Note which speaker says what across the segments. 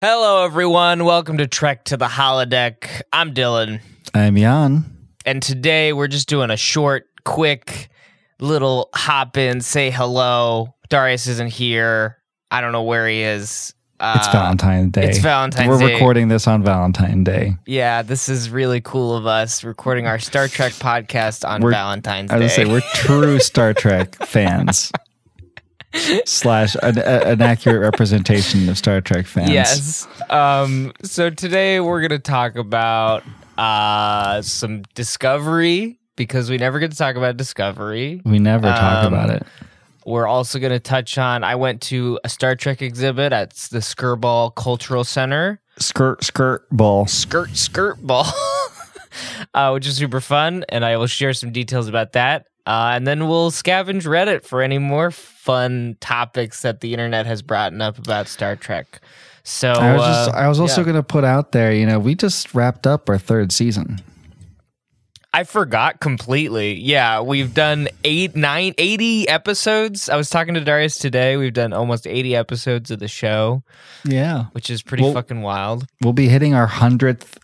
Speaker 1: Hello, everyone. Welcome to Trek to the Holodeck. I'm Dylan,
Speaker 2: I'm Jan.
Speaker 1: and today we're just doing a short, quick little hop in, say hello. Darius isn't here. I don't know where he is. Uh,
Speaker 2: It's Valentine's Day.
Speaker 1: it's Valentine's
Speaker 2: We're
Speaker 1: Day.
Speaker 2: recording this on Valentine's Day.
Speaker 1: Yeah, this is really cool of us recording our Star Trek podcast on
Speaker 2: We're-
Speaker 1: Valentine's
Speaker 2: I
Speaker 1: Day.
Speaker 2: would say we're true Star Trek fans. Slash an, a- an accurate representation of Star Trek fans.
Speaker 1: Yes. Um, so today we're going to talk about uh, some Discovery because we never get to talk about Discovery.
Speaker 2: We never talk
Speaker 1: Um,
Speaker 2: about it.
Speaker 1: We're also going to touch on. I went to a Star Trek exhibit at the Skirball Cultural Center.
Speaker 2: Skirt, skirt, ball.
Speaker 1: Skirt, skirt ball, uh, which is super fun, and I will share some details about that. Uh, and then we'll scavenge Reddit for any more fun topics that the internet has brought up about Star Trek. So
Speaker 2: I was just,
Speaker 1: uh,
Speaker 2: I was also
Speaker 1: yeah.
Speaker 2: going to put out there, you know, we just wrapped up our third season.
Speaker 1: I forgot completely. Yeah, we've done eight, nine, 80 episodes. I was talking to Darius today. We've done almost 80 episodes of the show,
Speaker 2: Yeah.
Speaker 1: which is pretty
Speaker 2: Well-
Speaker 1: fucking wild.
Speaker 2: We'll be hitting our 100th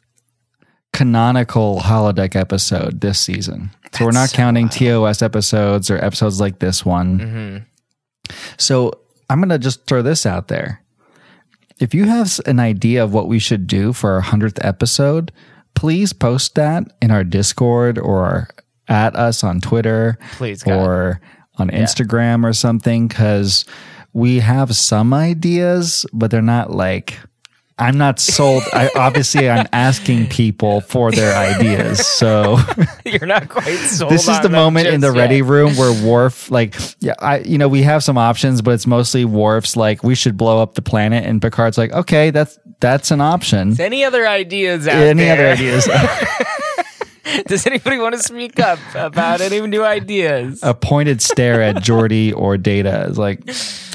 Speaker 2: canonical holodeck episode this season. so we're not
Speaker 1: That's so
Speaker 2: counting TOS episodes or episodes like this one.
Speaker 1: hmm
Speaker 2: So I'm going to just throw this out there. If you have s- an idea of what we should do for our 100th episode, please post that in our Discord or at us on Twitter
Speaker 1: Please, God.
Speaker 2: or on Instagram or something because we have some ideas, but they're not like. I'm not sold. I obviously I'm asking people for their ideas. So
Speaker 1: You're not quite sold.
Speaker 2: this is
Speaker 1: on
Speaker 2: the
Speaker 1: them
Speaker 2: moment in the
Speaker 1: just yet.
Speaker 2: ready room where Worf, like, yeah, I, you know, we have some options, but it's mostly Worf's like, we should blow up the planet, and Picard's like, okay, that's that's an option.
Speaker 1: Any other ideas out
Speaker 2: Any
Speaker 1: there?
Speaker 2: other ideas?
Speaker 1: Does anybody want to speak up about any new ideas?
Speaker 2: A pointed stare at Jordy or Data is like,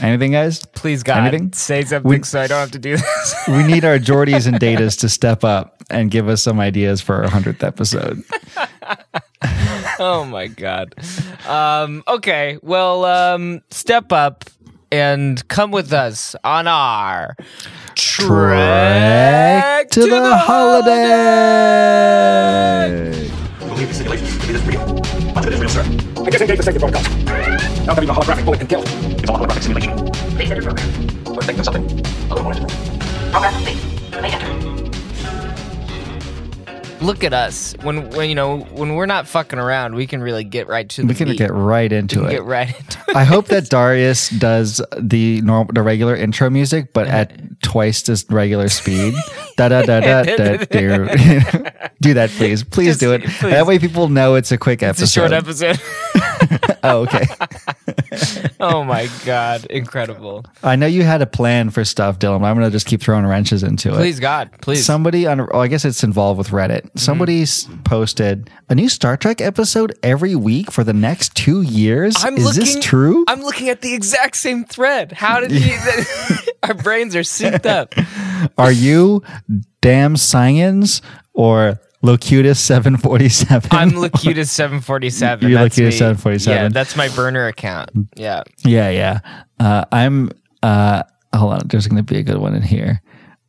Speaker 2: anything, guys?
Speaker 1: Please, God,
Speaker 2: anything?
Speaker 1: say something so I don't have to do this.
Speaker 2: We need our Jordies and Datas to step up and give us some ideas for our hundredth episode.
Speaker 1: oh my god. Um, okay, well, um, step up and come with us on our
Speaker 2: Trek to the holiday.
Speaker 3: believe the simulation. It is real. Much of it is real, sir. I guess engage the safety protocols. Now that even a holographic bullet can kill. It's all a holographic simulation.
Speaker 4: Please enter program.
Speaker 3: Or think of something a little more interesting.
Speaker 4: Program complete. You may enter.
Speaker 1: Look at us when when you know when we're not fucking around, we can really get right to the
Speaker 2: We can
Speaker 1: meat.
Speaker 2: get right into
Speaker 1: We
Speaker 2: it.
Speaker 1: can get right into it.
Speaker 2: I hope that Darius does the normal, the regular intro music, but at twice this regular speed. da da da da da. do. do that, please. Please
Speaker 1: Just-
Speaker 2: do it.
Speaker 1: please.
Speaker 2: That way, people know it's a quick episode.
Speaker 1: It's a short episode.
Speaker 2: Oh, okay.
Speaker 1: oh my god, incredible!
Speaker 2: I know you had a plan for stuff, Dylan. But I'm gonna just keep throwing wrenches into it.
Speaker 1: Please God, please.
Speaker 2: Somebody on, oh, I guess it's involved with Reddit.
Speaker 1: Mm.
Speaker 2: Somebody s posted a new Star Trek episode every week for the next two years.
Speaker 1: I'm
Speaker 2: Is
Speaker 1: looking,
Speaker 2: this true?
Speaker 1: I'm looking at the exact same thread. How did you? our brains are synced up.
Speaker 2: Are you damn science or Locutus 747?
Speaker 1: I'm Lacutus 747.
Speaker 2: You're
Speaker 1: That's
Speaker 2: Lacutus
Speaker 1: me.
Speaker 2: 747.
Speaker 1: Yeah, that's my burner account.
Speaker 2: Mm.
Speaker 1: Yeah.
Speaker 2: yeah, yeah. Uh, I'm, uh, hold on, there's going to be a good one in here.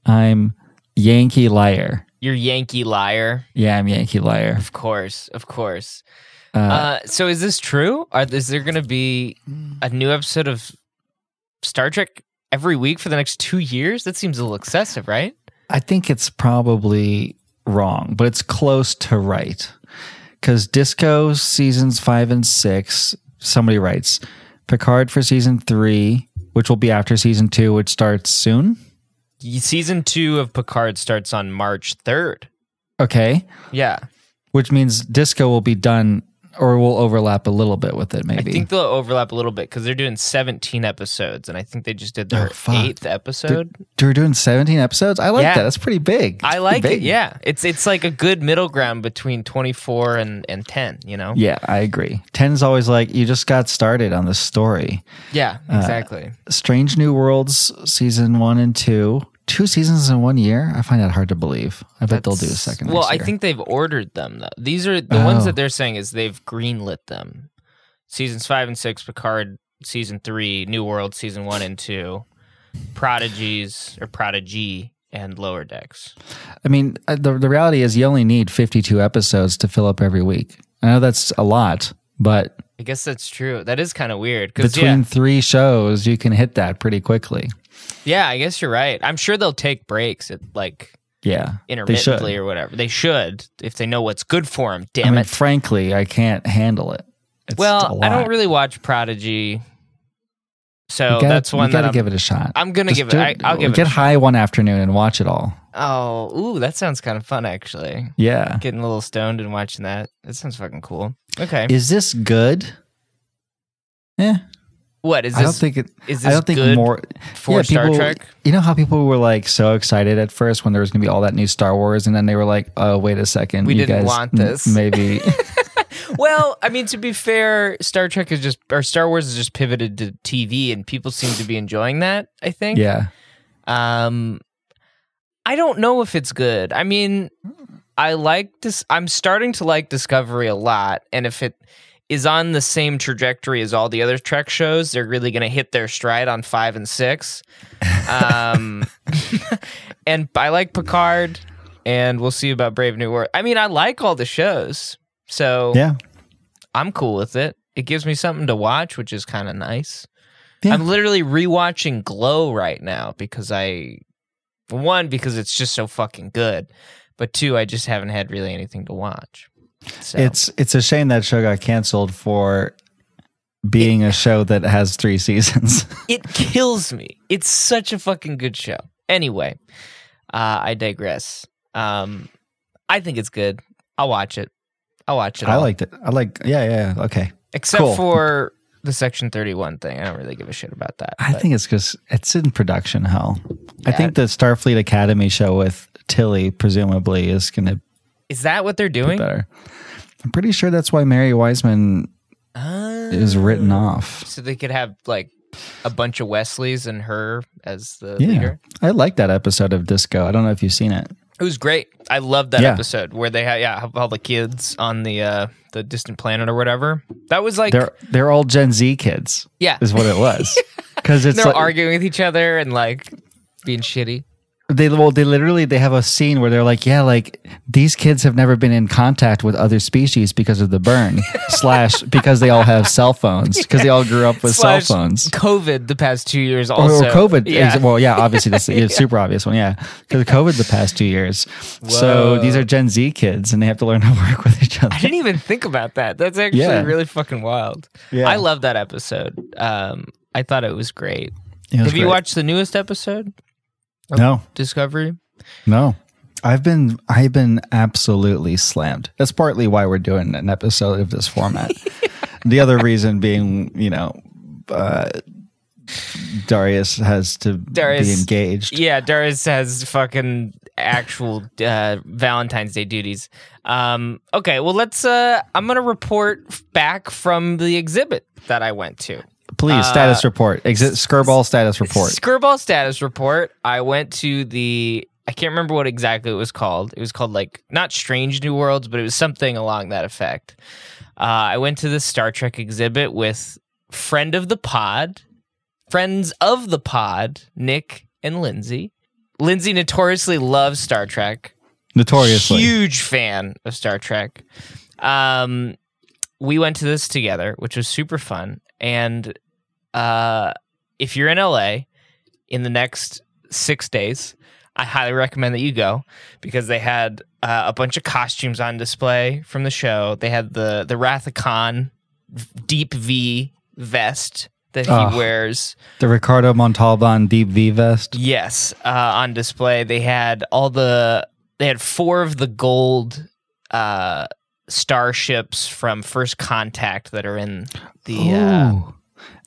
Speaker 2: I'm Yankee Liar.
Speaker 1: You're Yankee liar.
Speaker 2: Yeah, I'm Yankee Liar.
Speaker 1: Of course. Of course. Uh, so is this true? Are, is there going to be a new episode of Star Trek every week for the next two years? That seems a little excessive, right?
Speaker 2: I think it's probably wrong, but it's close to right. Because Disco seasons five and six, somebody writes Picard for season three, which will be after season two, which starts soon.
Speaker 1: Y- Season two of Picard starts on March 3rd.
Speaker 2: Okay.
Speaker 1: Yeah.
Speaker 2: which means disco will be done or will overlap a little bit with it maybe
Speaker 1: I think they'll overlap a little bit because they're doing 17 episodes, and I think they just did their
Speaker 2: Oh, fuck.
Speaker 1: eighth episode.
Speaker 2: we're doing 17 episodes i like
Speaker 1: Yeah.
Speaker 2: that that's pretty big
Speaker 1: I
Speaker 2: It's
Speaker 1: like
Speaker 2: pretty
Speaker 1: it.
Speaker 2: big.
Speaker 1: Yeah, it's it's like a good middle ground between 24 and and 10. You know.
Speaker 2: yeah i agree 10 is always like you just got started on this story
Speaker 1: Yeah,
Speaker 2: Uh,
Speaker 1: exactly.
Speaker 2: strange new worlds season one and two two seasons in one year i find that hard to believe i bet they'll do a second
Speaker 1: Well,
Speaker 2: next
Speaker 1: I
Speaker 2: year.
Speaker 1: think they've ordered them though. These are the ones
Speaker 2: Oh.
Speaker 1: that they're saying is they've greenlit them. Seasons five and six, Picard season three, New World season one and two, Prodigies or Prodigy and Lower Decks.
Speaker 2: I mean, uh, the, the reality is you only need 52 episodes to fill up every week. I know that's a lot, but
Speaker 1: I guess that's true. That is kind of weird because
Speaker 2: between
Speaker 1: yeah,
Speaker 2: three shows, you can hit that pretty quickly.
Speaker 1: yeah, I guess you're right. I'm sure they'll take breaks at like
Speaker 2: Yeah. They should.
Speaker 1: intermittently or whatever. They should if they know what's good for them.
Speaker 2: I
Speaker 1: Damn
Speaker 2: mean,
Speaker 1: it.
Speaker 2: frankly, I can't handle it. It's a
Speaker 1: Well, I don't
Speaker 2: lot.
Speaker 1: really watch Prodigy, so
Speaker 2: You gotta-
Speaker 1: that's one
Speaker 2: you gotta
Speaker 1: that I'm,
Speaker 2: give it a shot.
Speaker 1: I'm gonna
Speaker 2: Just
Speaker 1: give it.
Speaker 2: do
Speaker 1: I, I'll give
Speaker 2: Get
Speaker 1: it.
Speaker 2: high one afternoon and watch it all.
Speaker 1: Oh, ooh, that sounds kind of fun actually.
Speaker 2: Yeah.
Speaker 1: Getting a little stoned and watching that. That sounds fucking cool. Okay.
Speaker 2: Is this good? Eh. Yeah.
Speaker 1: what is
Speaker 2: I don't
Speaker 1: this?
Speaker 2: think it.
Speaker 1: is
Speaker 2: I
Speaker 1: this
Speaker 2: don't think
Speaker 1: good
Speaker 2: more
Speaker 1: for Star
Speaker 2: people-
Speaker 1: Trek?
Speaker 2: You know how people were like so excited at first when there was going to be all that new Star Wars, and then they were like, "Oh, wait a second,
Speaker 1: We
Speaker 2: you
Speaker 1: didn't
Speaker 2: guys
Speaker 1: want
Speaker 2: m-
Speaker 1: this."
Speaker 2: Maybe
Speaker 1: well, I mean, to be fair, Star Trek is just or Star Wars is just pivoted to TV, and people seem to be enjoying that. I think.
Speaker 2: yeah,
Speaker 1: Um, I don't know if it's good. I mean, I like this. I'm starting to like Discovery a lot, and if it is on the same trajectory as all the other Trek shows, they're really going to hit their stride on five and six. Um, and I like Picard, and we'll see about Brave New World. I mean, I like all the shows, so
Speaker 2: yeah.
Speaker 1: I'm cool with it. It gives me something to watch, which is kind of nice.
Speaker 2: Yeah.
Speaker 1: I'm literally rewatching Glow right now because I, one, because it's just so fucking good, but two, I just haven't had really anything to watch. So,
Speaker 2: It's it's a shame that show got canceled for being a show that has three seasons.
Speaker 1: it kills me. It's such a fucking good show. Anyway, uh, I digress. Um, I think it's good. I'll watch it. I'll watch it.
Speaker 2: I
Speaker 1: all.
Speaker 2: liked it. I like. Yeah, yeah. yeah. Okay.
Speaker 1: except
Speaker 2: cool.
Speaker 1: for the Section Thirty One thing. I don't really give a shit about that.
Speaker 2: I
Speaker 1: but-
Speaker 2: think it's because it's in production hell. I
Speaker 1: Yeah.
Speaker 2: think the Starfleet Academy show with Tilly presumably is going to
Speaker 1: is that what they're
Speaker 2: be
Speaker 1: doing?
Speaker 2: better. I'm pretty sure that's why Mary Wiseman
Speaker 1: Ah.
Speaker 2: is written off.
Speaker 1: so they could have like a bunch of Wesleys and her as the
Speaker 2: Yeah.
Speaker 1: leader.
Speaker 2: I like that episode of Disco. I don't know if you've seen it.
Speaker 1: It was great. I loved that
Speaker 2: Yeah.
Speaker 1: episode where they had yeah have all the kids on the uh the distant planet or whatever. That was like
Speaker 2: They're they're all Gen Z kids.
Speaker 1: Yeah.
Speaker 2: Is what it was. Cuz it's
Speaker 1: they're
Speaker 2: like,
Speaker 1: arguing with each other and like being shitty.
Speaker 2: they well they literally they have a scene where they're like, yeah, like these kids have never been in contact with other species because of the burn slash because they all have cell phones cuz they all grew up with
Speaker 1: Slash
Speaker 2: cell phones.
Speaker 1: COVID the past two years
Speaker 2: Or-
Speaker 1: also
Speaker 2: or COVID.
Speaker 1: Yeah.
Speaker 2: ex- Well, yeah, obviously that's the super obvious one. Yeah, because COVID the past two years. So these are Gen Z kids, and they have to learn to work with each other.
Speaker 1: I didn't even think about that. That's actually
Speaker 2: Yeah.
Speaker 1: really fucking wild.
Speaker 2: Yeah.
Speaker 1: I love that episode. Um, I thought it was great.
Speaker 2: It was
Speaker 1: have you
Speaker 2: great.
Speaker 1: watched the newest episode,
Speaker 2: No,
Speaker 1: Discovery?
Speaker 2: no. I've been I've been absolutely slammed. That's partly why we're doing an episode of this format. The other reason being, you know, uh, Darius has to be
Speaker 1: Darius-
Speaker 2: engaged.
Speaker 1: Yeah, Doris has fucking actual uh, Valentine's Day duties. Um, okay, well let's. Uh, I'm gonna report back from the exhibit that I went to.
Speaker 2: Please, status report. Exit Skirball status report.
Speaker 1: Skirball status report. I went to the. I can't remember what exactly it was called. It was called like not Strange New Worlds, but it was something along that effect. Uh, I went to the Star Trek exhibit with friend of the pod, friends of the pod, Nick and Lindsay. Lindsay notoriously loves Star Trek
Speaker 2: Notoriously.
Speaker 1: huge fan of Star Trek. Um, we went to this together, which was super fun. And uh, if you're in LA in the next six days, I highly recommend that you go because they had uh, a bunch of costumes on display from the show. They had the the Wrath of Khan deep V vest that he
Speaker 2: Ugh.
Speaker 1: wears.
Speaker 2: The Ricardo Montalban Deep V vest.
Speaker 1: Yes, uh, on display. They had all the they had four of the gold uh, starships from First Contact that are in the uh,
Speaker 2: Ooh.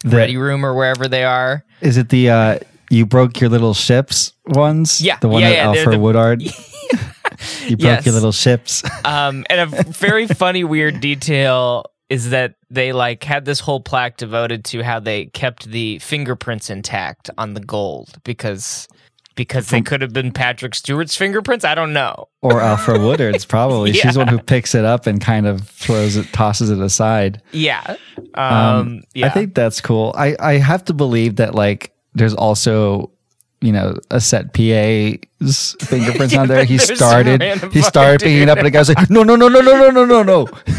Speaker 2: The-
Speaker 1: ready room or wherever they are.
Speaker 2: Is it the uh, you broke your little ships ones?
Speaker 1: Yeah,
Speaker 2: the one
Speaker 1: yeah,
Speaker 2: that
Speaker 1: yeah, they're
Speaker 2: Alfred
Speaker 1: the-
Speaker 2: Woodard. you broke
Speaker 1: Yes.
Speaker 2: your little ships.
Speaker 1: Um, and a very funny, weird detail is that they like had this whole plaque devoted to how they kept the fingerprints intact on the gold because because they could have been Patrick Stewart's fingerprints. I don't know.
Speaker 2: or Alfred Woodard's probably. She's the one who picks it up and kind of throws it, tosses it aside.
Speaker 1: Yeah. Um,
Speaker 2: Um,
Speaker 1: yeah.
Speaker 2: I think that's cool. I, I have to believe that like there's also you know, a set PA's fingerprints on there. He
Speaker 1: there's some
Speaker 2: started
Speaker 1: random
Speaker 2: he
Speaker 1: fucking
Speaker 2: started picking it up and the guy's like, No, no, no, no, no, no, no, no, no.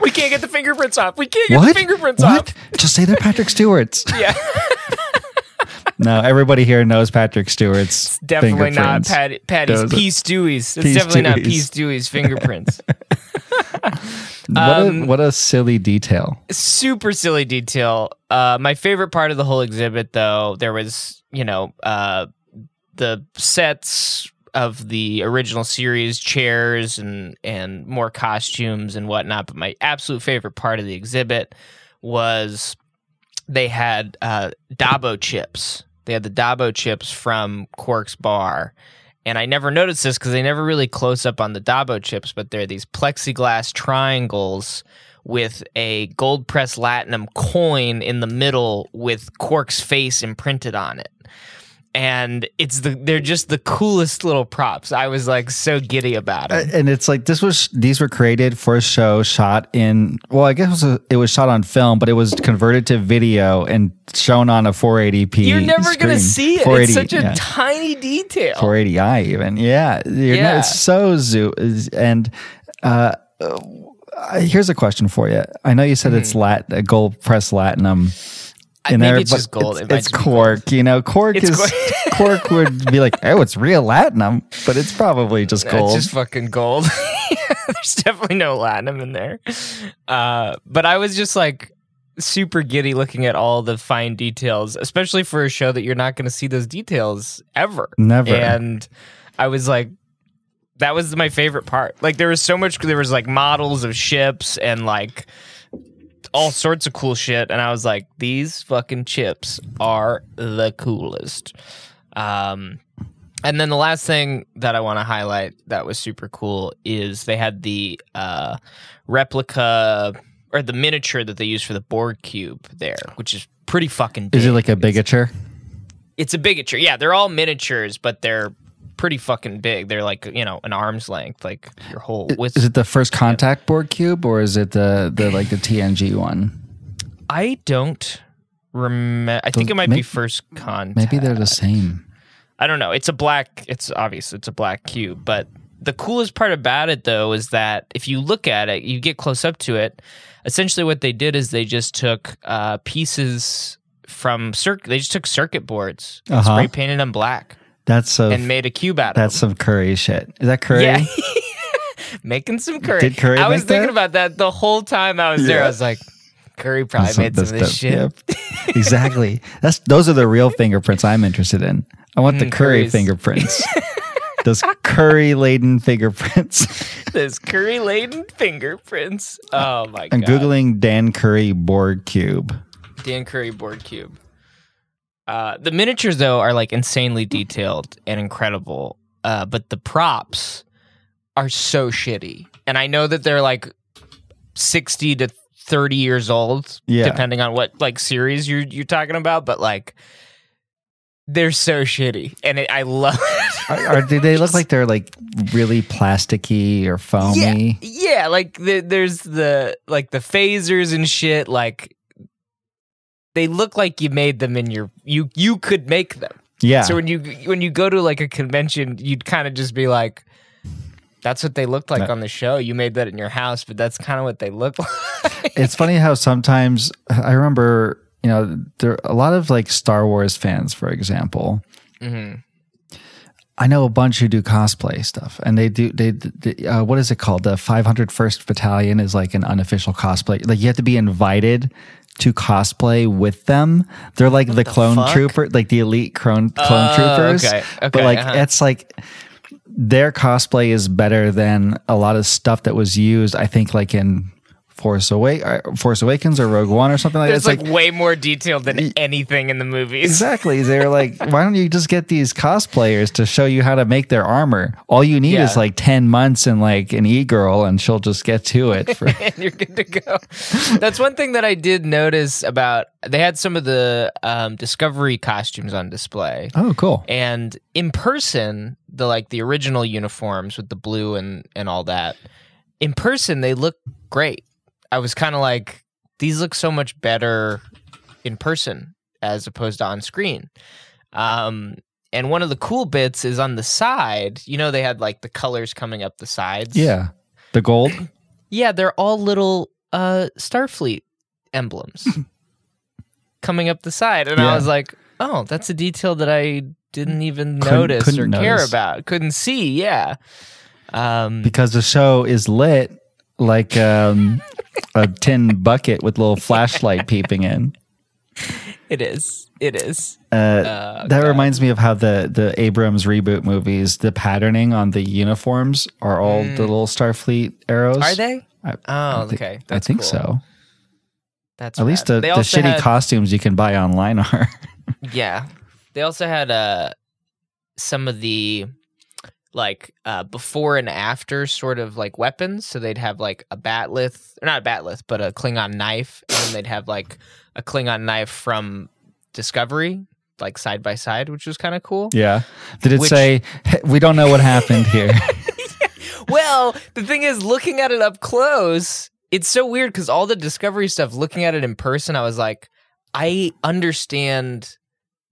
Speaker 1: We can't get the fingerprints off. We can't get
Speaker 2: What?
Speaker 1: the fingerprints
Speaker 2: what?
Speaker 1: off.
Speaker 2: Just say they're Patrick Stewart's.
Speaker 1: Yeah.
Speaker 2: no, everybody here knows Patrick Stewart's.
Speaker 1: Definitely not
Speaker 2: fingerprints.
Speaker 1: Pat, Patty's.
Speaker 2: Those-
Speaker 1: P. Stewie's. It's
Speaker 2: P.
Speaker 1: definitely not P.
Speaker 2: Stewie's.
Speaker 1: Stewie's fingerprints.
Speaker 2: What, a,
Speaker 1: Um,
Speaker 2: what a silly detail.
Speaker 1: super silly detail. Uh, my favorite part of the whole exhibit, though, there was you know uh, the sets of the original series, chairs and and more costumes and whatnot. But my absolute favorite part of the exhibit was they had uh, Dabo chips. They had the Dabo chips from Quark's Bar. And I never noticed this because they never really close up on the Dabo chips, but they're these plexiglass triangles with a gold press latinum coin in the middle with Quark's face imprinted on it. And it's the they're just the coolest little props. I was like so giddy about it.
Speaker 2: and it's like this was these were created for a show shot in well i guess it was, a- it was shot on film but it was converted to video and shown on a 480p
Speaker 1: You're never gonna see
Speaker 2: screen.
Speaker 1: it. It's such a
Speaker 2: yeah.
Speaker 1: tiny detail.
Speaker 2: 480i even yeah You're not-
Speaker 1: Yeah.
Speaker 2: it's so zoo is- and uh uh, here's a question for you i know you said it's lat uh, gold press latinum
Speaker 1: Hmm. I-
Speaker 2: in
Speaker 1: maybe
Speaker 2: there,
Speaker 1: it's
Speaker 2: but
Speaker 1: just gold. It
Speaker 2: It's,
Speaker 1: might
Speaker 2: it's
Speaker 1: just be
Speaker 2: cork, you know. Cork
Speaker 1: It's
Speaker 2: is
Speaker 1: cork.
Speaker 2: cork would be like, oh, it's real latinum, but it's probably just gold.
Speaker 1: It's just fucking gold. There's definitely no latinum in there. Uh, but I was just like super giddy looking at all the fine details, especially for a show that you're not going to see those details ever.
Speaker 2: Never.
Speaker 1: And I was like, that was my favorite part. Like there was so much. There was like models of ships and like all sorts of cool shit. And I was like, these fucking chips are the coolest. Um, and then the last thing that I want to highlight that was super cool is they had the uh, replica or the miniature that they used for the Borg cube there, which is pretty fucking. Big.
Speaker 2: is it like a bigature?
Speaker 1: It's a bigature. Yeah, they're all miniatures, but they're pretty fucking big. They're like you know an arm's length, like your whole. With
Speaker 2: Is it the first contact board cube or is it the, the like the TNG one?
Speaker 1: I don't remember. I think it might
Speaker 2: may-
Speaker 1: be first contact.
Speaker 2: Maybe they're the same.
Speaker 1: I don't know. It's a black. It's obvious. It's a black cube. But the coolest part about it, though, is that if you look at it, you get close up to it. Essentially, what they did is they just took uh, pieces from circuit. They just took circuit boards, and
Speaker 2: Uh-huh.
Speaker 1: spray painted them black,
Speaker 2: That's so.
Speaker 1: and made a cube out of
Speaker 2: that's
Speaker 1: them.
Speaker 2: some curry shit. Is that curry?
Speaker 1: Yeah. Making some curry.
Speaker 2: Did Curry
Speaker 1: I was
Speaker 2: make
Speaker 1: thinking
Speaker 2: that?
Speaker 1: about that the whole time I was there. I was like, Curry probably
Speaker 2: That's-
Speaker 1: made some of
Speaker 2: that's
Speaker 1: this
Speaker 2: dope.
Speaker 1: shit.
Speaker 2: Yep. exactly. That's those are the real fingerprints I'm interested in. I want
Speaker 1: Mm,
Speaker 2: the curry
Speaker 1: curries.
Speaker 2: fingerprints. those curry laden fingerprints.
Speaker 1: There's curry laden fingerprints. Oh my
Speaker 2: I'm
Speaker 1: god.
Speaker 2: googling Dan Curry board cube.
Speaker 1: Dan Curry board cube. Uh, the miniatures though are like insanely detailed and incredible, uh, but the props are so shitty. And I know that they're like sixty to thirty years old,
Speaker 2: Yeah.
Speaker 1: depending on what like series you're you're talking about. But like, they're so shitty, and it, I love it.
Speaker 2: Are, are, do they look like they're like really plasticky or foamy?
Speaker 1: Yeah, like the, there's the like the phasers and shit. Like they look like you made them in your you you could make them.
Speaker 2: Yeah.
Speaker 1: So when you when you go to like a convention, you'd kind of just be like, "That's what they looked like on the show. You made that in your house, but that's kind of what they look like."
Speaker 2: it's funny how sometimes I remember, you know, there are a lot of like Star Wars fans, for example.
Speaker 1: Mm-hmm.
Speaker 2: I know a bunch who do cosplay stuff, and they do they, they uh, what is it called? The 501st Battalion is like an unofficial cosplay. Like you have to be invited to cosplay with them. They're like the, clone
Speaker 1: fuck?
Speaker 2: trooper, like the elite clone clone
Speaker 1: Oh,
Speaker 2: troopers.
Speaker 1: okay,
Speaker 2: but
Speaker 1: okay,
Speaker 2: like
Speaker 1: uh-huh.
Speaker 2: it's like their cosplay is better than a lot of stuff that was used. I think like in Force Awake, Force Awakens, or Rogue One, or something like that.
Speaker 1: It's
Speaker 2: It's
Speaker 1: like,
Speaker 2: like,
Speaker 1: way more detailed than anything in the movies.
Speaker 2: exactly. They're like, why don't you just get these cosplayers to show you how to make their armor? All you need
Speaker 1: Yeah.
Speaker 2: is like ten months and like an e girl, and she'll just get to it. For,
Speaker 1: and you're good to go. That's one thing that I did notice about. They had some of the um, Discovery costumes on display,
Speaker 2: oh, cool.
Speaker 1: and in person, the like the original uniforms with the blue and and all that. In person, they look great. I was kind of like, these look so much better in person. as opposed to on screen. Um, and one of the cool bits is on the side. You know, they had like the colors coming up the sides.
Speaker 2: Yeah. The gold?
Speaker 1: Yeah, they're all little uh Starfleet emblems coming up the side. And
Speaker 2: Yeah.
Speaker 1: I was like, oh, that's a detail that I didn't even
Speaker 2: Couldn't-
Speaker 1: notice
Speaker 2: couldn't
Speaker 1: or care
Speaker 2: notice.
Speaker 1: about. Couldn't see, yeah. Um
Speaker 2: because the show is lit like um, a tin bucket with little flashlight peeping in.
Speaker 1: it is. It is.
Speaker 2: Uh, that reminds me of how the the Abrams reboot movies, the patterning on the uniforms are all the little Starfleet arrows.
Speaker 1: Hmm. Are they?
Speaker 2: I-
Speaker 1: oh,
Speaker 2: I thi-
Speaker 1: okay.
Speaker 2: I
Speaker 1: That's
Speaker 2: think
Speaker 1: cool.
Speaker 2: so.
Speaker 1: That's
Speaker 2: At least
Speaker 1: rad.
Speaker 2: the, the
Speaker 1: They also
Speaker 2: shitty
Speaker 1: had-
Speaker 2: costumes you can buy online are.
Speaker 1: Yeah. They also had uh some of the like uh before and after sort of like weapons. So they'd have like a batlith or not a batlith, but a Klingon knife, and then they'd have like a Klingon knife from Discovery, like side by side, which was kind of cool.
Speaker 2: yeah. Did it
Speaker 1: Which-
Speaker 2: say "Hey, we don't know what happened here?
Speaker 1: Well, the thing is, looking at it up close, it's so weird because all the Discovery stuff, looking at it in person, I was like, I understand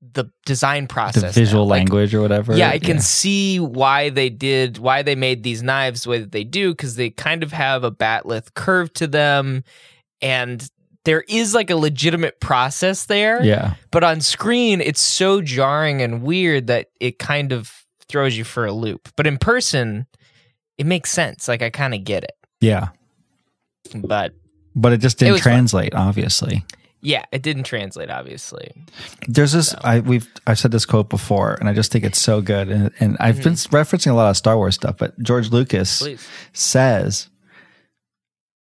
Speaker 1: the design process.
Speaker 2: the
Speaker 1: now.
Speaker 2: visual
Speaker 1: Like,
Speaker 2: language or whatever.
Speaker 1: Yeah, I can see why they did, why they made these knives the way that they do, because they kind of have a batlith curve to them, and there is like a legitimate process there.
Speaker 2: Yeah.
Speaker 1: But on screen, it's so jarring and weird that it kind of throws you for a loop. But in person, it makes sense. Like I kind of get it.
Speaker 2: Yeah.
Speaker 1: But
Speaker 2: But it just
Speaker 1: It
Speaker 2: didn't
Speaker 1: was fun.
Speaker 2: translate, obviously.
Speaker 1: yeah, it didn't translate, obviously.
Speaker 2: There's this. I we've I've said this quote before, and I just think it's so good. And, and
Speaker 1: Hmm.
Speaker 2: I've been referencing a lot of Star Wars stuff, but George Lucas
Speaker 1: Please.
Speaker 2: says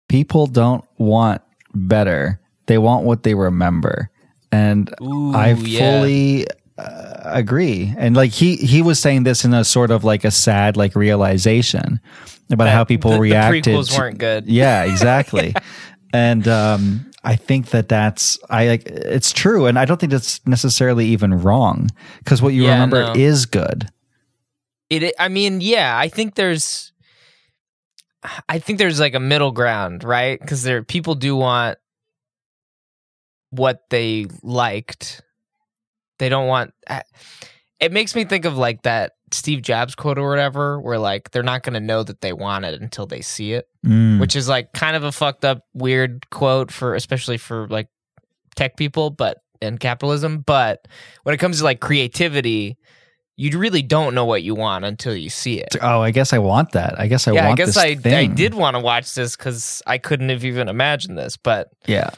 Speaker 2: people don't want better; they want what they remember. And
Speaker 1: Ooh,
Speaker 2: I
Speaker 1: yeah.
Speaker 2: fully uh, agree. And like he he was saying this in a sort of like a sad like realization about how people
Speaker 1: the, the
Speaker 2: reacted.
Speaker 1: prequels
Speaker 2: to-
Speaker 1: weren't good.
Speaker 2: yeah, exactly. And um, I think that that's I like it's true, and I don't think that's necessarily even wrong because what you
Speaker 1: Yeah,
Speaker 2: remember
Speaker 1: no.
Speaker 2: is good.
Speaker 1: It. i- I mean, yeah. I think there's. I think there's like a middle ground, right? Because there people do want what they liked. They don't want. I- It makes me think of like that Steve Jobs quote or whatever, where like they're not going to know that they want it until they see it,
Speaker 2: Mm.
Speaker 1: which is like kind of a fucked up, weird quote for especially for like tech people, but and capitalism. But when it comes to like creativity, you really don't know what you want until you see it.
Speaker 2: oh, I guess I want that. I guess I
Speaker 1: yeah, I
Speaker 2: want
Speaker 1: guess
Speaker 2: this
Speaker 1: I I
Speaker 2: thing.
Speaker 1: did want to watch this because I couldn't have even imagined this, but
Speaker 2: Yeah,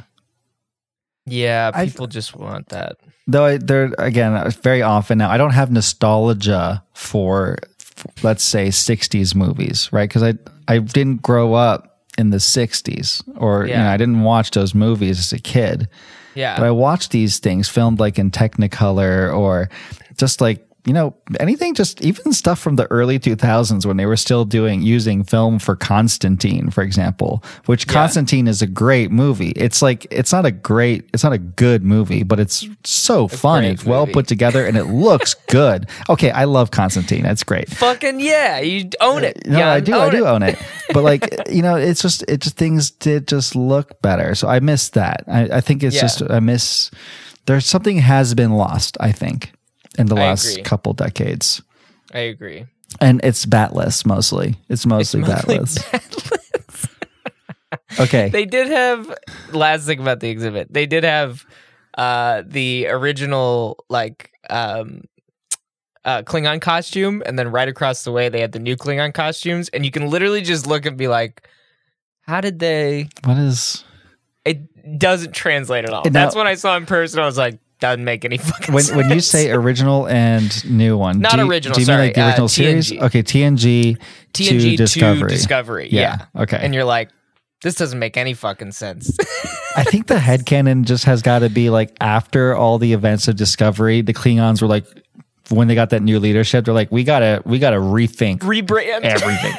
Speaker 1: yeah,
Speaker 2: I-
Speaker 1: people just want that.
Speaker 2: though I, there again, uh, very often now I don't have nostalgia for, for let's say '60s movies, right? Because I I didn't grow up in the '60s, or you
Speaker 1: Yeah.
Speaker 2: know, I didn't watch those movies as a kid.
Speaker 1: Yeah,
Speaker 2: But I watch these things filmed like in Technicolor or just like, you know, anything just even stuff from the early 2000s when they were still doing using film for Constantine, for example, which Constantine is a great movie. It's like it's not a great, it's not a good movie, but it's so fun.
Speaker 1: great
Speaker 2: It's well
Speaker 1: movie.
Speaker 2: put together and it looks good. Okay, I love Constantine. That's great.
Speaker 1: fucking yeah, you own it.
Speaker 2: Uh, No,
Speaker 1: yeah,
Speaker 2: I do. I do
Speaker 1: it.
Speaker 2: own it. But like, you know, it's just it just things did just look better. So I miss that. I, I think it's
Speaker 1: Yeah.
Speaker 2: just I miss there's something has been lost. I think in the
Speaker 1: I
Speaker 2: last
Speaker 1: agree.
Speaker 2: couple decades,
Speaker 1: I agree.
Speaker 2: and it's batless mostly. It's mostly
Speaker 1: mostly
Speaker 2: batless. okay.
Speaker 1: They did have last thing about the exhibit. They did have uh the original like um uh Klingon costume and then right across the way they had the new Klingon costumes and you can literally just look and be like how did they
Speaker 2: what is
Speaker 1: it doesn't translate at all.
Speaker 2: Now-
Speaker 1: That's when I saw in person I was like doesn't make any fucking
Speaker 2: when
Speaker 1: sense.
Speaker 2: when you say original and new one?
Speaker 1: Not
Speaker 2: do you-
Speaker 1: original,
Speaker 2: Do you mean
Speaker 1: sorry,
Speaker 2: like the
Speaker 1: uh,
Speaker 2: original series?
Speaker 1: TNG.
Speaker 2: Okay, TNG,
Speaker 1: TNG
Speaker 2: to Discovery.
Speaker 1: yeah.
Speaker 2: Yeah, okay.
Speaker 1: And you're like this doesn't make any fucking sense.
Speaker 2: I think the headcanon just has got to be like after all the events of Discovery, the Klingons were like, when they got that new leadership, they're like, we gotta, we gotta rethink
Speaker 1: rebrand.
Speaker 2: everything.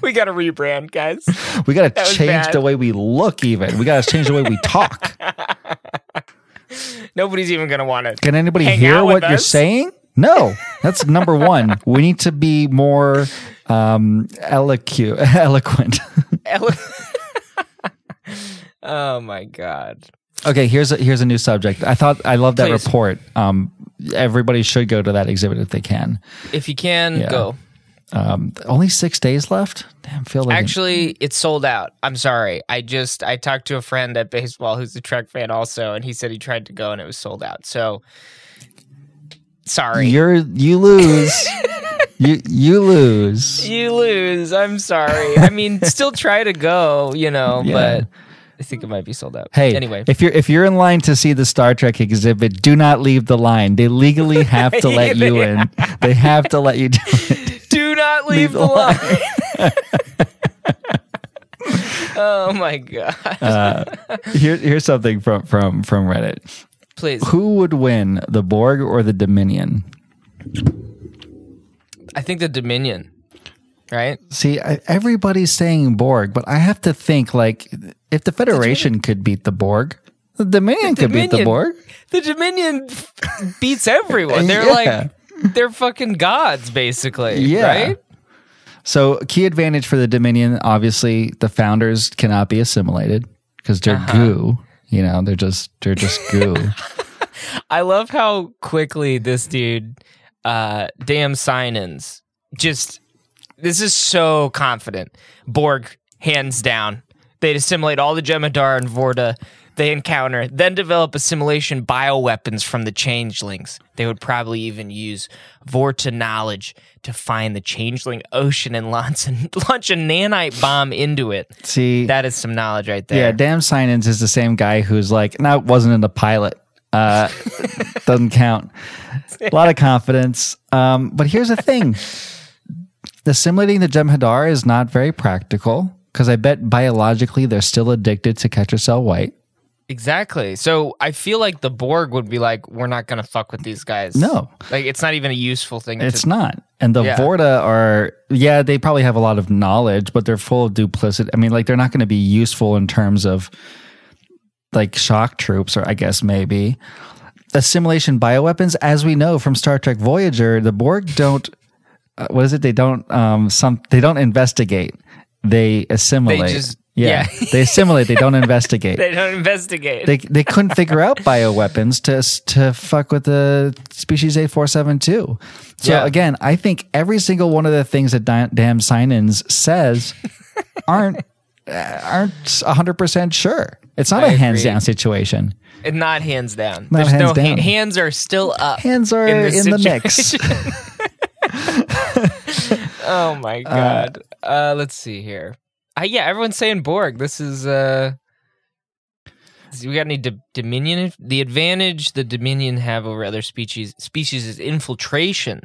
Speaker 1: we got to rebrand, guys.
Speaker 2: We gotta
Speaker 1: was
Speaker 2: change
Speaker 1: bad.
Speaker 2: the way we look. Even we gotta change the way we talk.
Speaker 1: Nobody's even going to want it.
Speaker 2: Can anybody
Speaker 1: Hang
Speaker 2: hear
Speaker 1: out
Speaker 2: what
Speaker 1: with
Speaker 2: you're
Speaker 1: us?
Speaker 2: saying? No, that's number one. We need to be more um, elocu- eloquent.
Speaker 1: Ele- oh my god.
Speaker 2: Okay, here's a, here's a new subject. I thought I love that
Speaker 1: Please.
Speaker 2: report. Um, everybody should go to that exhibit if they can.
Speaker 1: If you can,
Speaker 2: Yeah.
Speaker 1: go.
Speaker 2: Um, only six days left. Damn, feel like
Speaker 1: Actually, it's sold out. I'm sorry. I just I talked to a friend at baseball who's a Trek fan also, and he said he tried to go and it was sold out. So sorry.
Speaker 2: you're you lose. you you lose.
Speaker 1: you lose. I'm sorry. I mean, still try to go, you know,
Speaker 2: Yeah.
Speaker 1: but I think it might be sold out.
Speaker 2: Hey,
Speaker 1: anyway,
Speaker 2: if you're if you're in line to see the Star Trek exhibit, do not leave the line. They legally have to let you in. They have to let you do it.
Speaker 1: do not leave,
Speaker 2: leave
Speaker 1: the
Speaker 2: the
Speaker 1: line. oh my god!
Speaker 2: Here, here's something from from from Reddit.
Speaker 1: Please,
Speaker 2: Who would win, the Borg or the Dominion?
Speaker 1: I think the Dominion, right?
Speaker 2: See, I, everybody's saying Borg, but I have to think like if the Federation could beat the Borg, the Dominion could beat the
Speaker 1: Dominion.
Speaker 2: Borg.
Speaker 1: The Dominion f- beats everyone. They're
Speaker 2: Yeah.
Speaker 1: like they're fucking gods, basically.
Speaker 2: Yeah.
Speaker 1: Right?
Speaker 2: So, key advantage for the Dominion obviously, the founders cannot be assimilated because they're
Speaker 1: Uh-huh.
Speaker 2: goo. You know, they're just they're just goo.
Speaker 1: I love how quickly this dude, uh, damn Sinans, just this is so confident. Borg, hands down. They assimilate all the Jemadar and Vorta they encounter, then develop assimilation bioweapons from the changelings. They would probably even use Vorta knowledge to find the changeling ocean and launch, launch a nanite bomb into it.
Speaker 2: See,
Speaker 1: That is some knowledge right there.
Speaker 2: yeah, damn Sinans is the same guy who's like, no, it wasn't in the pilot. Uh, doesn't count. A lot of confidence. Um, but here's the thing: assimilating the Jem'Hadar is not very practical because I bet biologically they're still addicted to Catcher Cell White.
Speaker 1: Exactly. So I feel like the Borg would be like, we're not gonna fuck with these guys.
Speaker 2: No.
Speaker 1: like it's not even a useful thing.
Speaker 2: It's
Speaker 1: to,
Speaker 2: not. And the
Speaker 1: Yeah.
Speaker 2: Vorta are, yeah, they probably have a lot of knowledge, but they're full of duplicity. I mean, like, they're not going to be useful in terms of like shock troops, or I guess maybe assimilation bioweapons. As we know from Star Trek Voyager, the Borg don't, uh, what is it? They don't, um, some, they don't investigate, they assimilate.
Speaker 1: just- yeah.
Speaker 2: yeah. they assimilate, they don't investigate
Speaker 1: they don't investigate.
Speaker 2: they they couldn't figure out bioweapons to to fuck with the species A472. So
Speaker 1: Yeah.
Speaker 2: again, I think every single one of the things that Di- Damn Sinans says aren't uh, aren't 100% sure. It's not a
Speaker 1: I
Speaker 2: hands
Speaker 1: agree.
Speaker 2: down situation.
Speaker 1: And not hands down.
Speaker 2: Not
Speaker 1: There's
Speaker 2: hands
Speaker 1: no
Speaker 2: down.
Speaker 1: hand, hands are still up.
Speaker 2: Hands are in,
Speaker 1: this
Speaker 2: the mix.
Speaker 1: situation. Oh my god. Uh, let's see here. Uh, yeah, everyone's saying Borg. This is uh we got any d- Dominion? The advantage the Dominion have over other species species is infiltration,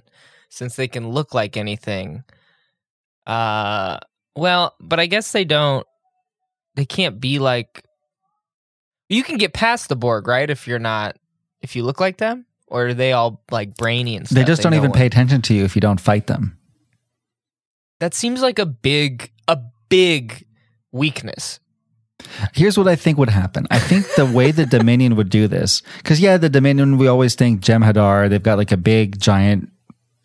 Speaker 1: since they can look like anything. Uh, well, but I guess they don't. They can't be like. You can get past the Borg, right? If you're not, if you look like them, or are they all like brainy and stuff?
Speaker 2: They just don't
Speaker 1: know
Speaker 2: even
Speaker 1: what-
Speaker 2: pay attention to you if you don't fight them.
Speaker 1: that seems like a big, a big weakness.
Speaker 2: Here's what I think would happen. I think the way the Dominion would do this, because yeah, the Dominion, we always think Jem'Hadar, they've got like a big, giant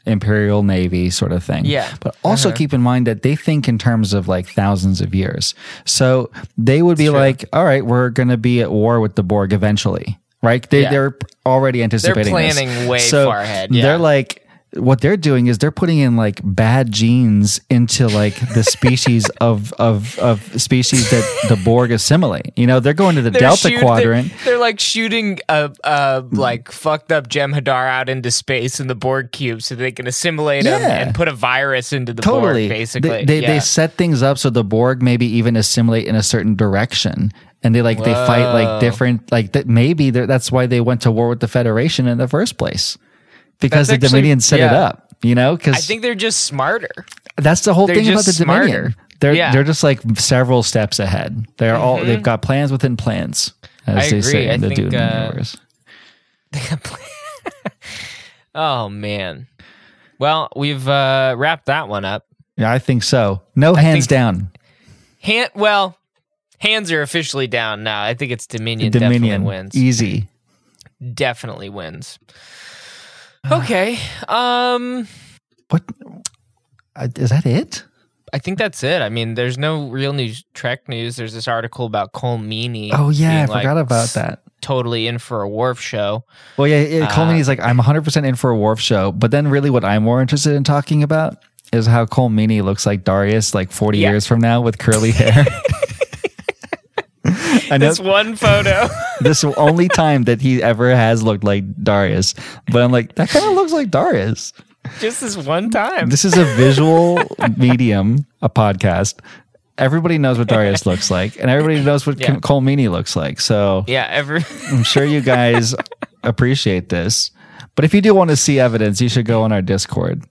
Speaker 2: Imperial Navy sort of thing.
Speaker 1: Yeah. Uh-huh.
Speaker 2: But also keep in mind that they think in terms of like thousands of years. So they would be like, all right, we're going to be at war with the Borg eventually, right? They,
Speaker 1: Yeah.
Speaker 2: They're already anticipating this.
Speaker 1: planning way
Speaker 2: So
Speaker 1: far ahead, yeah.
Speaker 2: They're like, what they're doing is they're putting in like bad genes into like the species of, of of species that the Borg assimilate. You know, they're going to the Delta
Speaker 1: shoot-
Speaker 2: quadrant. Hmm.
Speaker 1: They're, they're like shooting a, a like fucked up Jem'Hadar out into space in the Borg cube so they can assimilate him
Speaker 2: Yeah.
Speaker 1: and put a virus into the
Speaker 2: Totally.
Speaker 1: Borg. Basically,
Speaker 2: They, they, they
Speaker 1: Yeah.
Speaker 2: set things up so the Borg maybe even assimilate in a certain direction. And they like they fight like different like that maybe they're- that's why they went to war with the Federation in the first place. Because
Speaker 1: That's
Speaker 2: the
Speaker 1: actually-
Speaker 2: Dominion set it
Speaker 1: yeah.
Speaker 2: up, you know,
Speaker 1: I
Speaker 2: because
Speaker 1: think they're just smarter.
Speaker 2: that's the whole
Speaker 1: they're
Speaker 2: thing about
Speaker 1: just
Speaker 2: the Dominion.
Speaker 1: smarter.
Speaker 2: They're
Speaker 1: Yeah. Mm-hmm.
Speaker 2: they're just like several steps ahead. They're all they've got plans within plans, as
Speaker 1: I
Speaker 2: they
Speaker 1: agree.
Speaker 2: say
Speaker 1: I
Speaker 2: in the
Speaker 1: think,
Speaker 2: Dune
Speaker 1: uh,
Speaker 2: universe.
Speaker 1: oh man. Well, we've uh, wrapped that one up.
Speaker 2: Yeah, I think so. No hands
Speaker 1: think-
Speaker 2: down.
Speaker 1: Hand well, hands are officially down now. I think it's Dominion.
Speaker 2: Dominion E-
Speaker 1: definitely wins.
Speaker 2: easy.
Speaker 1: definitely wins. Okay. Um
Speaker 2: What uh, is that? It?
Speaker 1: I think that's it. I mean, there's no real news Trek news. There's this article about Cole Meany.
Speaker 2: Oh yeah, I
Speaker 1: being, like,
Speaker 2: forgot about
Speaker 1: s-
Speaker 2: that.
Speaker 1: Totally in for a Worf show.
Speaker 2: Well, yeah, yeah Cole
Speaker 1: Uh,
Speaker 2: Meany's like, I'm 100% in for a Worf show. But then, really, what I'm more interested in talking about is how Cole Meany looks like Darius like 40
Speaker 1: Yeah.
Speaker 2: years from now with curly hair. I know
Speaker 1: This one photo.
Speaker 2: this is the only time that he ever has looked like Darius, but I'm like, that kind of looks like Darius.
Speaker 1: just this one time.
Speaker 2: This is a visual medium, a podcast. Everybody knows what Darius looks like, and everybody knows what
Speaker 1: Yeah.
Speaker 2: Cole Meany looks like. So
Speaker 1: yeah, every
Speaker 2: I'm sure you guys appreciate this. But if you do want to see evidence, you should go on our Discord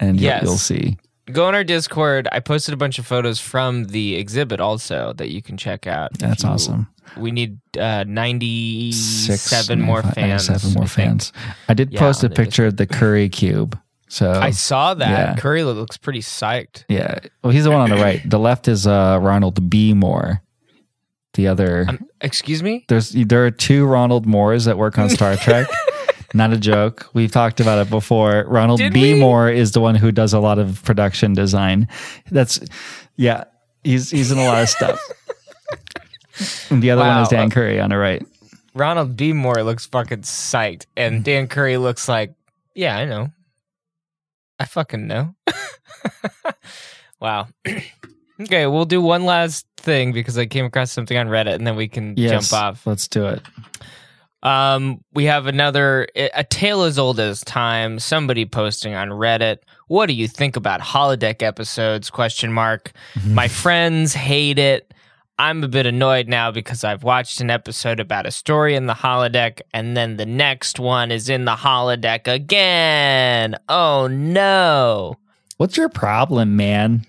Speaker 2: and you'll,
Speaker 1: Yes.
Speaker 2: you'll see.
Speaker 1: go on our Discord. I posted a bunch of photos from the exhibit also that you can check out. if
Speaker 2: That's
Speaker 1: you-
Speaker 2: awesome.
Speaker 1: We need uh, ninety-seven
Speaker 2: Six,
Speaker 1: more
Speaker 2: nine, five, nine,
Speaker 1: fans.
Speaker 2: Seven more
Speaker 1: I think.
Speaker 2: fans. I did
Speaker 1: Yeah,
Speaker 2: post a
Speaker 1: on the Discord.
Speaker 2: picture of the curry cube. So
Speaker 1: I saw that.
Speaker 2: Yeah.
Speaker 1: Curry looks pretty psyched.
Speaker 2: yeah, well, he's the one on the right. The left is uh, Ronald B. Moore. The other
Speaker 1: Excuse me?
Speaker 2: there's there are two Ronald Moores that work on Star Trek. Not a joke. We've talked about it before. Ronald
Speaker 1: Did
Speaker 2: B.
Speaker 1: we?
Speaker 2: Moore is the one who does a lot of production design. That's yeah. He's he's in a lot of stuff. And the other one is
Speaker 1: Wow.
Speaker 2: Dan Curry on the right.
Speaker 1: Ronald B. Moore looks fucking psyched,
Speaker 2: Mm.
Speaker 1: and Dan Curry looks like, yeah, I know. I fucking know. wow. okay, we'll do one last thing because I came across something on Reddit, and then we can
Speaker 2: Yes,
Speaker 1: jump off.
Speaker 2: Let's do it.
Speaker 1: Um, we have another a tale as old as time. Somebody posting on Reddit. What do you think about holodeck episodes? Question mark. My friends hate it. I'm a bit annoyed now because I've watched an episode about a story in the holodeck, and then the next one is in the holodeck again. Oh no.
Speaker 2: What's your problem, man?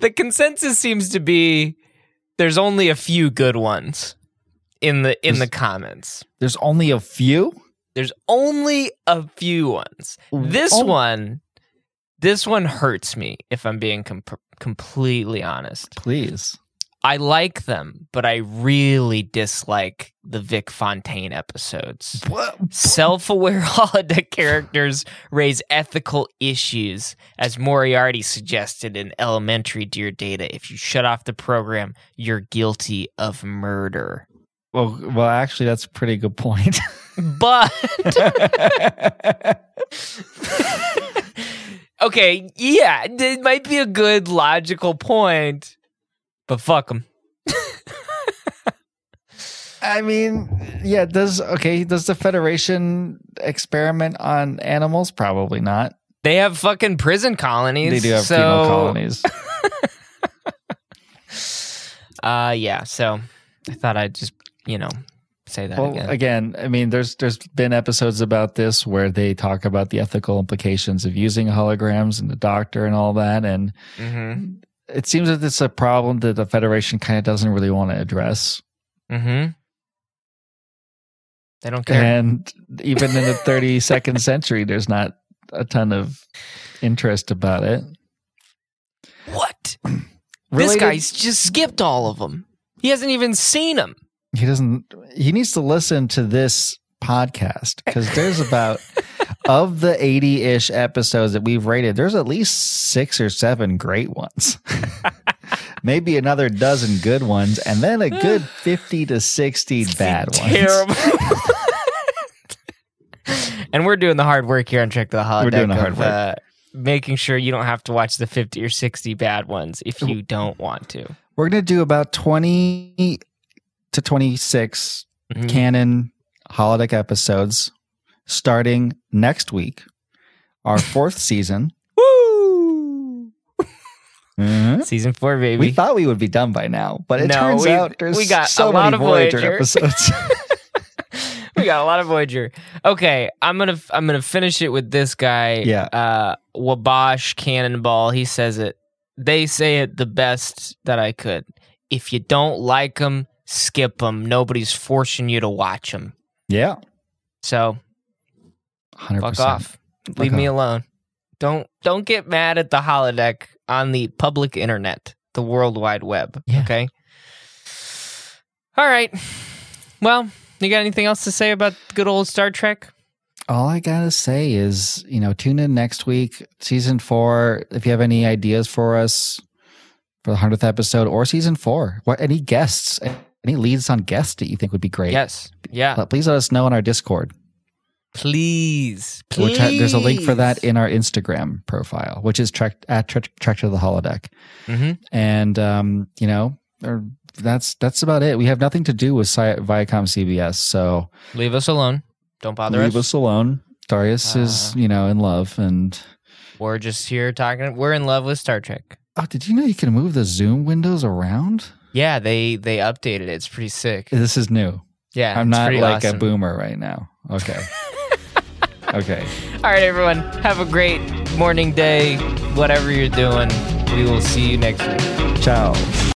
Speaker 1: the consensus seems to be there's only a few good ones in the in the comments.
Speaker 2: There's only a few.
Speaker 1: There's only a few ones. This
Speaker 2: Oh.
Speaker 1: one, this one hurts me if I'm being com- completely honest.
Speaker 2: Please.
Speaker 1: I like them, but I really dislike the Vic Fontaine episodes.
Speaker 2: What?
Speaker 1: Self aware holodeck characters raise ethical issues, as Moriarty suggested in Elementary Dear Data. If you shut off the program, you're guilty of murder.
Speaker 2: Well, well, actually, that's a pretty good point.
Speaker 1: But okay, yeah, it might be a good logical point, but fuck them.
Speaker 2: I mean, yeah, does okay, does the Federation experiment on animals? Probably not.
Speaker 1: They have fucking prison colonies.
Speaker 2: They do have
Speaker 1: so,
Speaker 2: female colonies.
Speaker 1: Uh, yeah. So I thought I'd just you know say that
Speaker 2: Well,
Speaker 1: again.
Speaker 2: again, I mean, there's there's been episodes about this where they talk about the ethical implications of using holograms and the doctor and all that, and
Speaker 1: Mm-hmm.
Speaker 2: it seems that it's a problem that the Federation kind of doesn't really want to address.
Speaker 1: Mm-hmm. They don't care.
Speaker 2: And even in the 32nd century, there's not a ton of interest about it.
Speaker 1: what? This
Speaker 2: Related-
Speaker 1: guy's just skipped all of them. He hasn't even seen them.
Speaker 2: he doesn't he needs to listen to this podcast because there's about of the 80-ish episodes that we've rated there's at least six or seven great ones maybe another dozen good ones and then a good 50 to 60 bad ones
Speaker 1: Terrible. and we're doing the hard work here on Trick to the Holodeck.
Speaker 2: We're doing the hard
Speaker 1: of,
Speaker 2: work.
Speaker 1: Uh, making sure you don't have to watch the 50 or 60 bad ones if you don't want to.
Speaker 2: we're gonna do about 20 to 26
Speaker 1: Mhm.
Speaker 2: canon holodeck episodes starting next week our fourth season
Speaker 1: Woo!
Speaker 2: Mhm.
Speaker 1: Season four, baby.
Speaker 2: We thought we would be done by now, but it
Speaker 1: No,
Speaker 2: turns
Speaker 1: we-
Speaker 2: out there's
Speaker 1: we got a
Speaker 2: so
Speaker 1: lot
Speaker 2: many
Speaker 1: of
Speaker 2: Voyager,
Speaker 1: Voyager.
Speaker 2: episodes.
Speaker 1: we got a lot of Voyager. Okay, I'm gonna I'm gonna finish it with this guy.
Speaker 2: Yeah.
Speaker 1: Uh, Wabash Cannonball. He says it. They say it the best that I could. If you don't like them, skip them. Nobody's forcing you to watch them.
Speaker 2: yeah,
Speaker 1: So
Speaker 2: hundred
Speaker 1: fuck off. Leave me alone. Don't don't get mad at the holodeck on the public internet, the World Wide Web.
Speaker 2: Yeah.
Speaker 1: Okay. All right. Well, you got anything else to say about good old Star Trek?
Speaker 2: all I gotta say is, you know, tune in next week, season four. If you have any ideas for us for the hundredth episode or season four, what any guests, any leads on guests that you think would be great?
Speaker 1: Yes. Yeah.
Speaker 2: Uh, Please let us know on our Discord.
Speaker 1: Please. Please.
Speaker 2: Which ha- there's a link for that in our Instagram profile, which is track at track, track to the holodeck.
Speaker 1: hmm
Speaker 2: and um, you know, or that's that's about it. We have nothing to do with Sci- Viacom CBS, so
Speaker 1: Leave us alone. Don't bother
Speaker 2: leave
Speaker 1: us.
Speaker 2: us alone. Darius is
Speaker 1: Uh.
Speaker 2: you know in love, and
Speaker 1: We're just here talking. We're in love with Star Trek.
Speaker 2: oh, did you know you can move the Zoom windows around?
Speaker 1: Yeah, they they updated it. It's pretty sick.
Speaker 2: This is new.
Speaker 1: Yeah,
Speaker 2: I'm
Speaker 1: it's
Speaker 2: not
Speaker 1: pretty
Speaker 2: like a
Speaker 1: awesome.
Speaker 2: boomer right now. Okay, okay.
Speaker 1: All right, everyone. Have a great morning, day, whatever you're doing. We will see you next week.
Speaker 2: Ciao.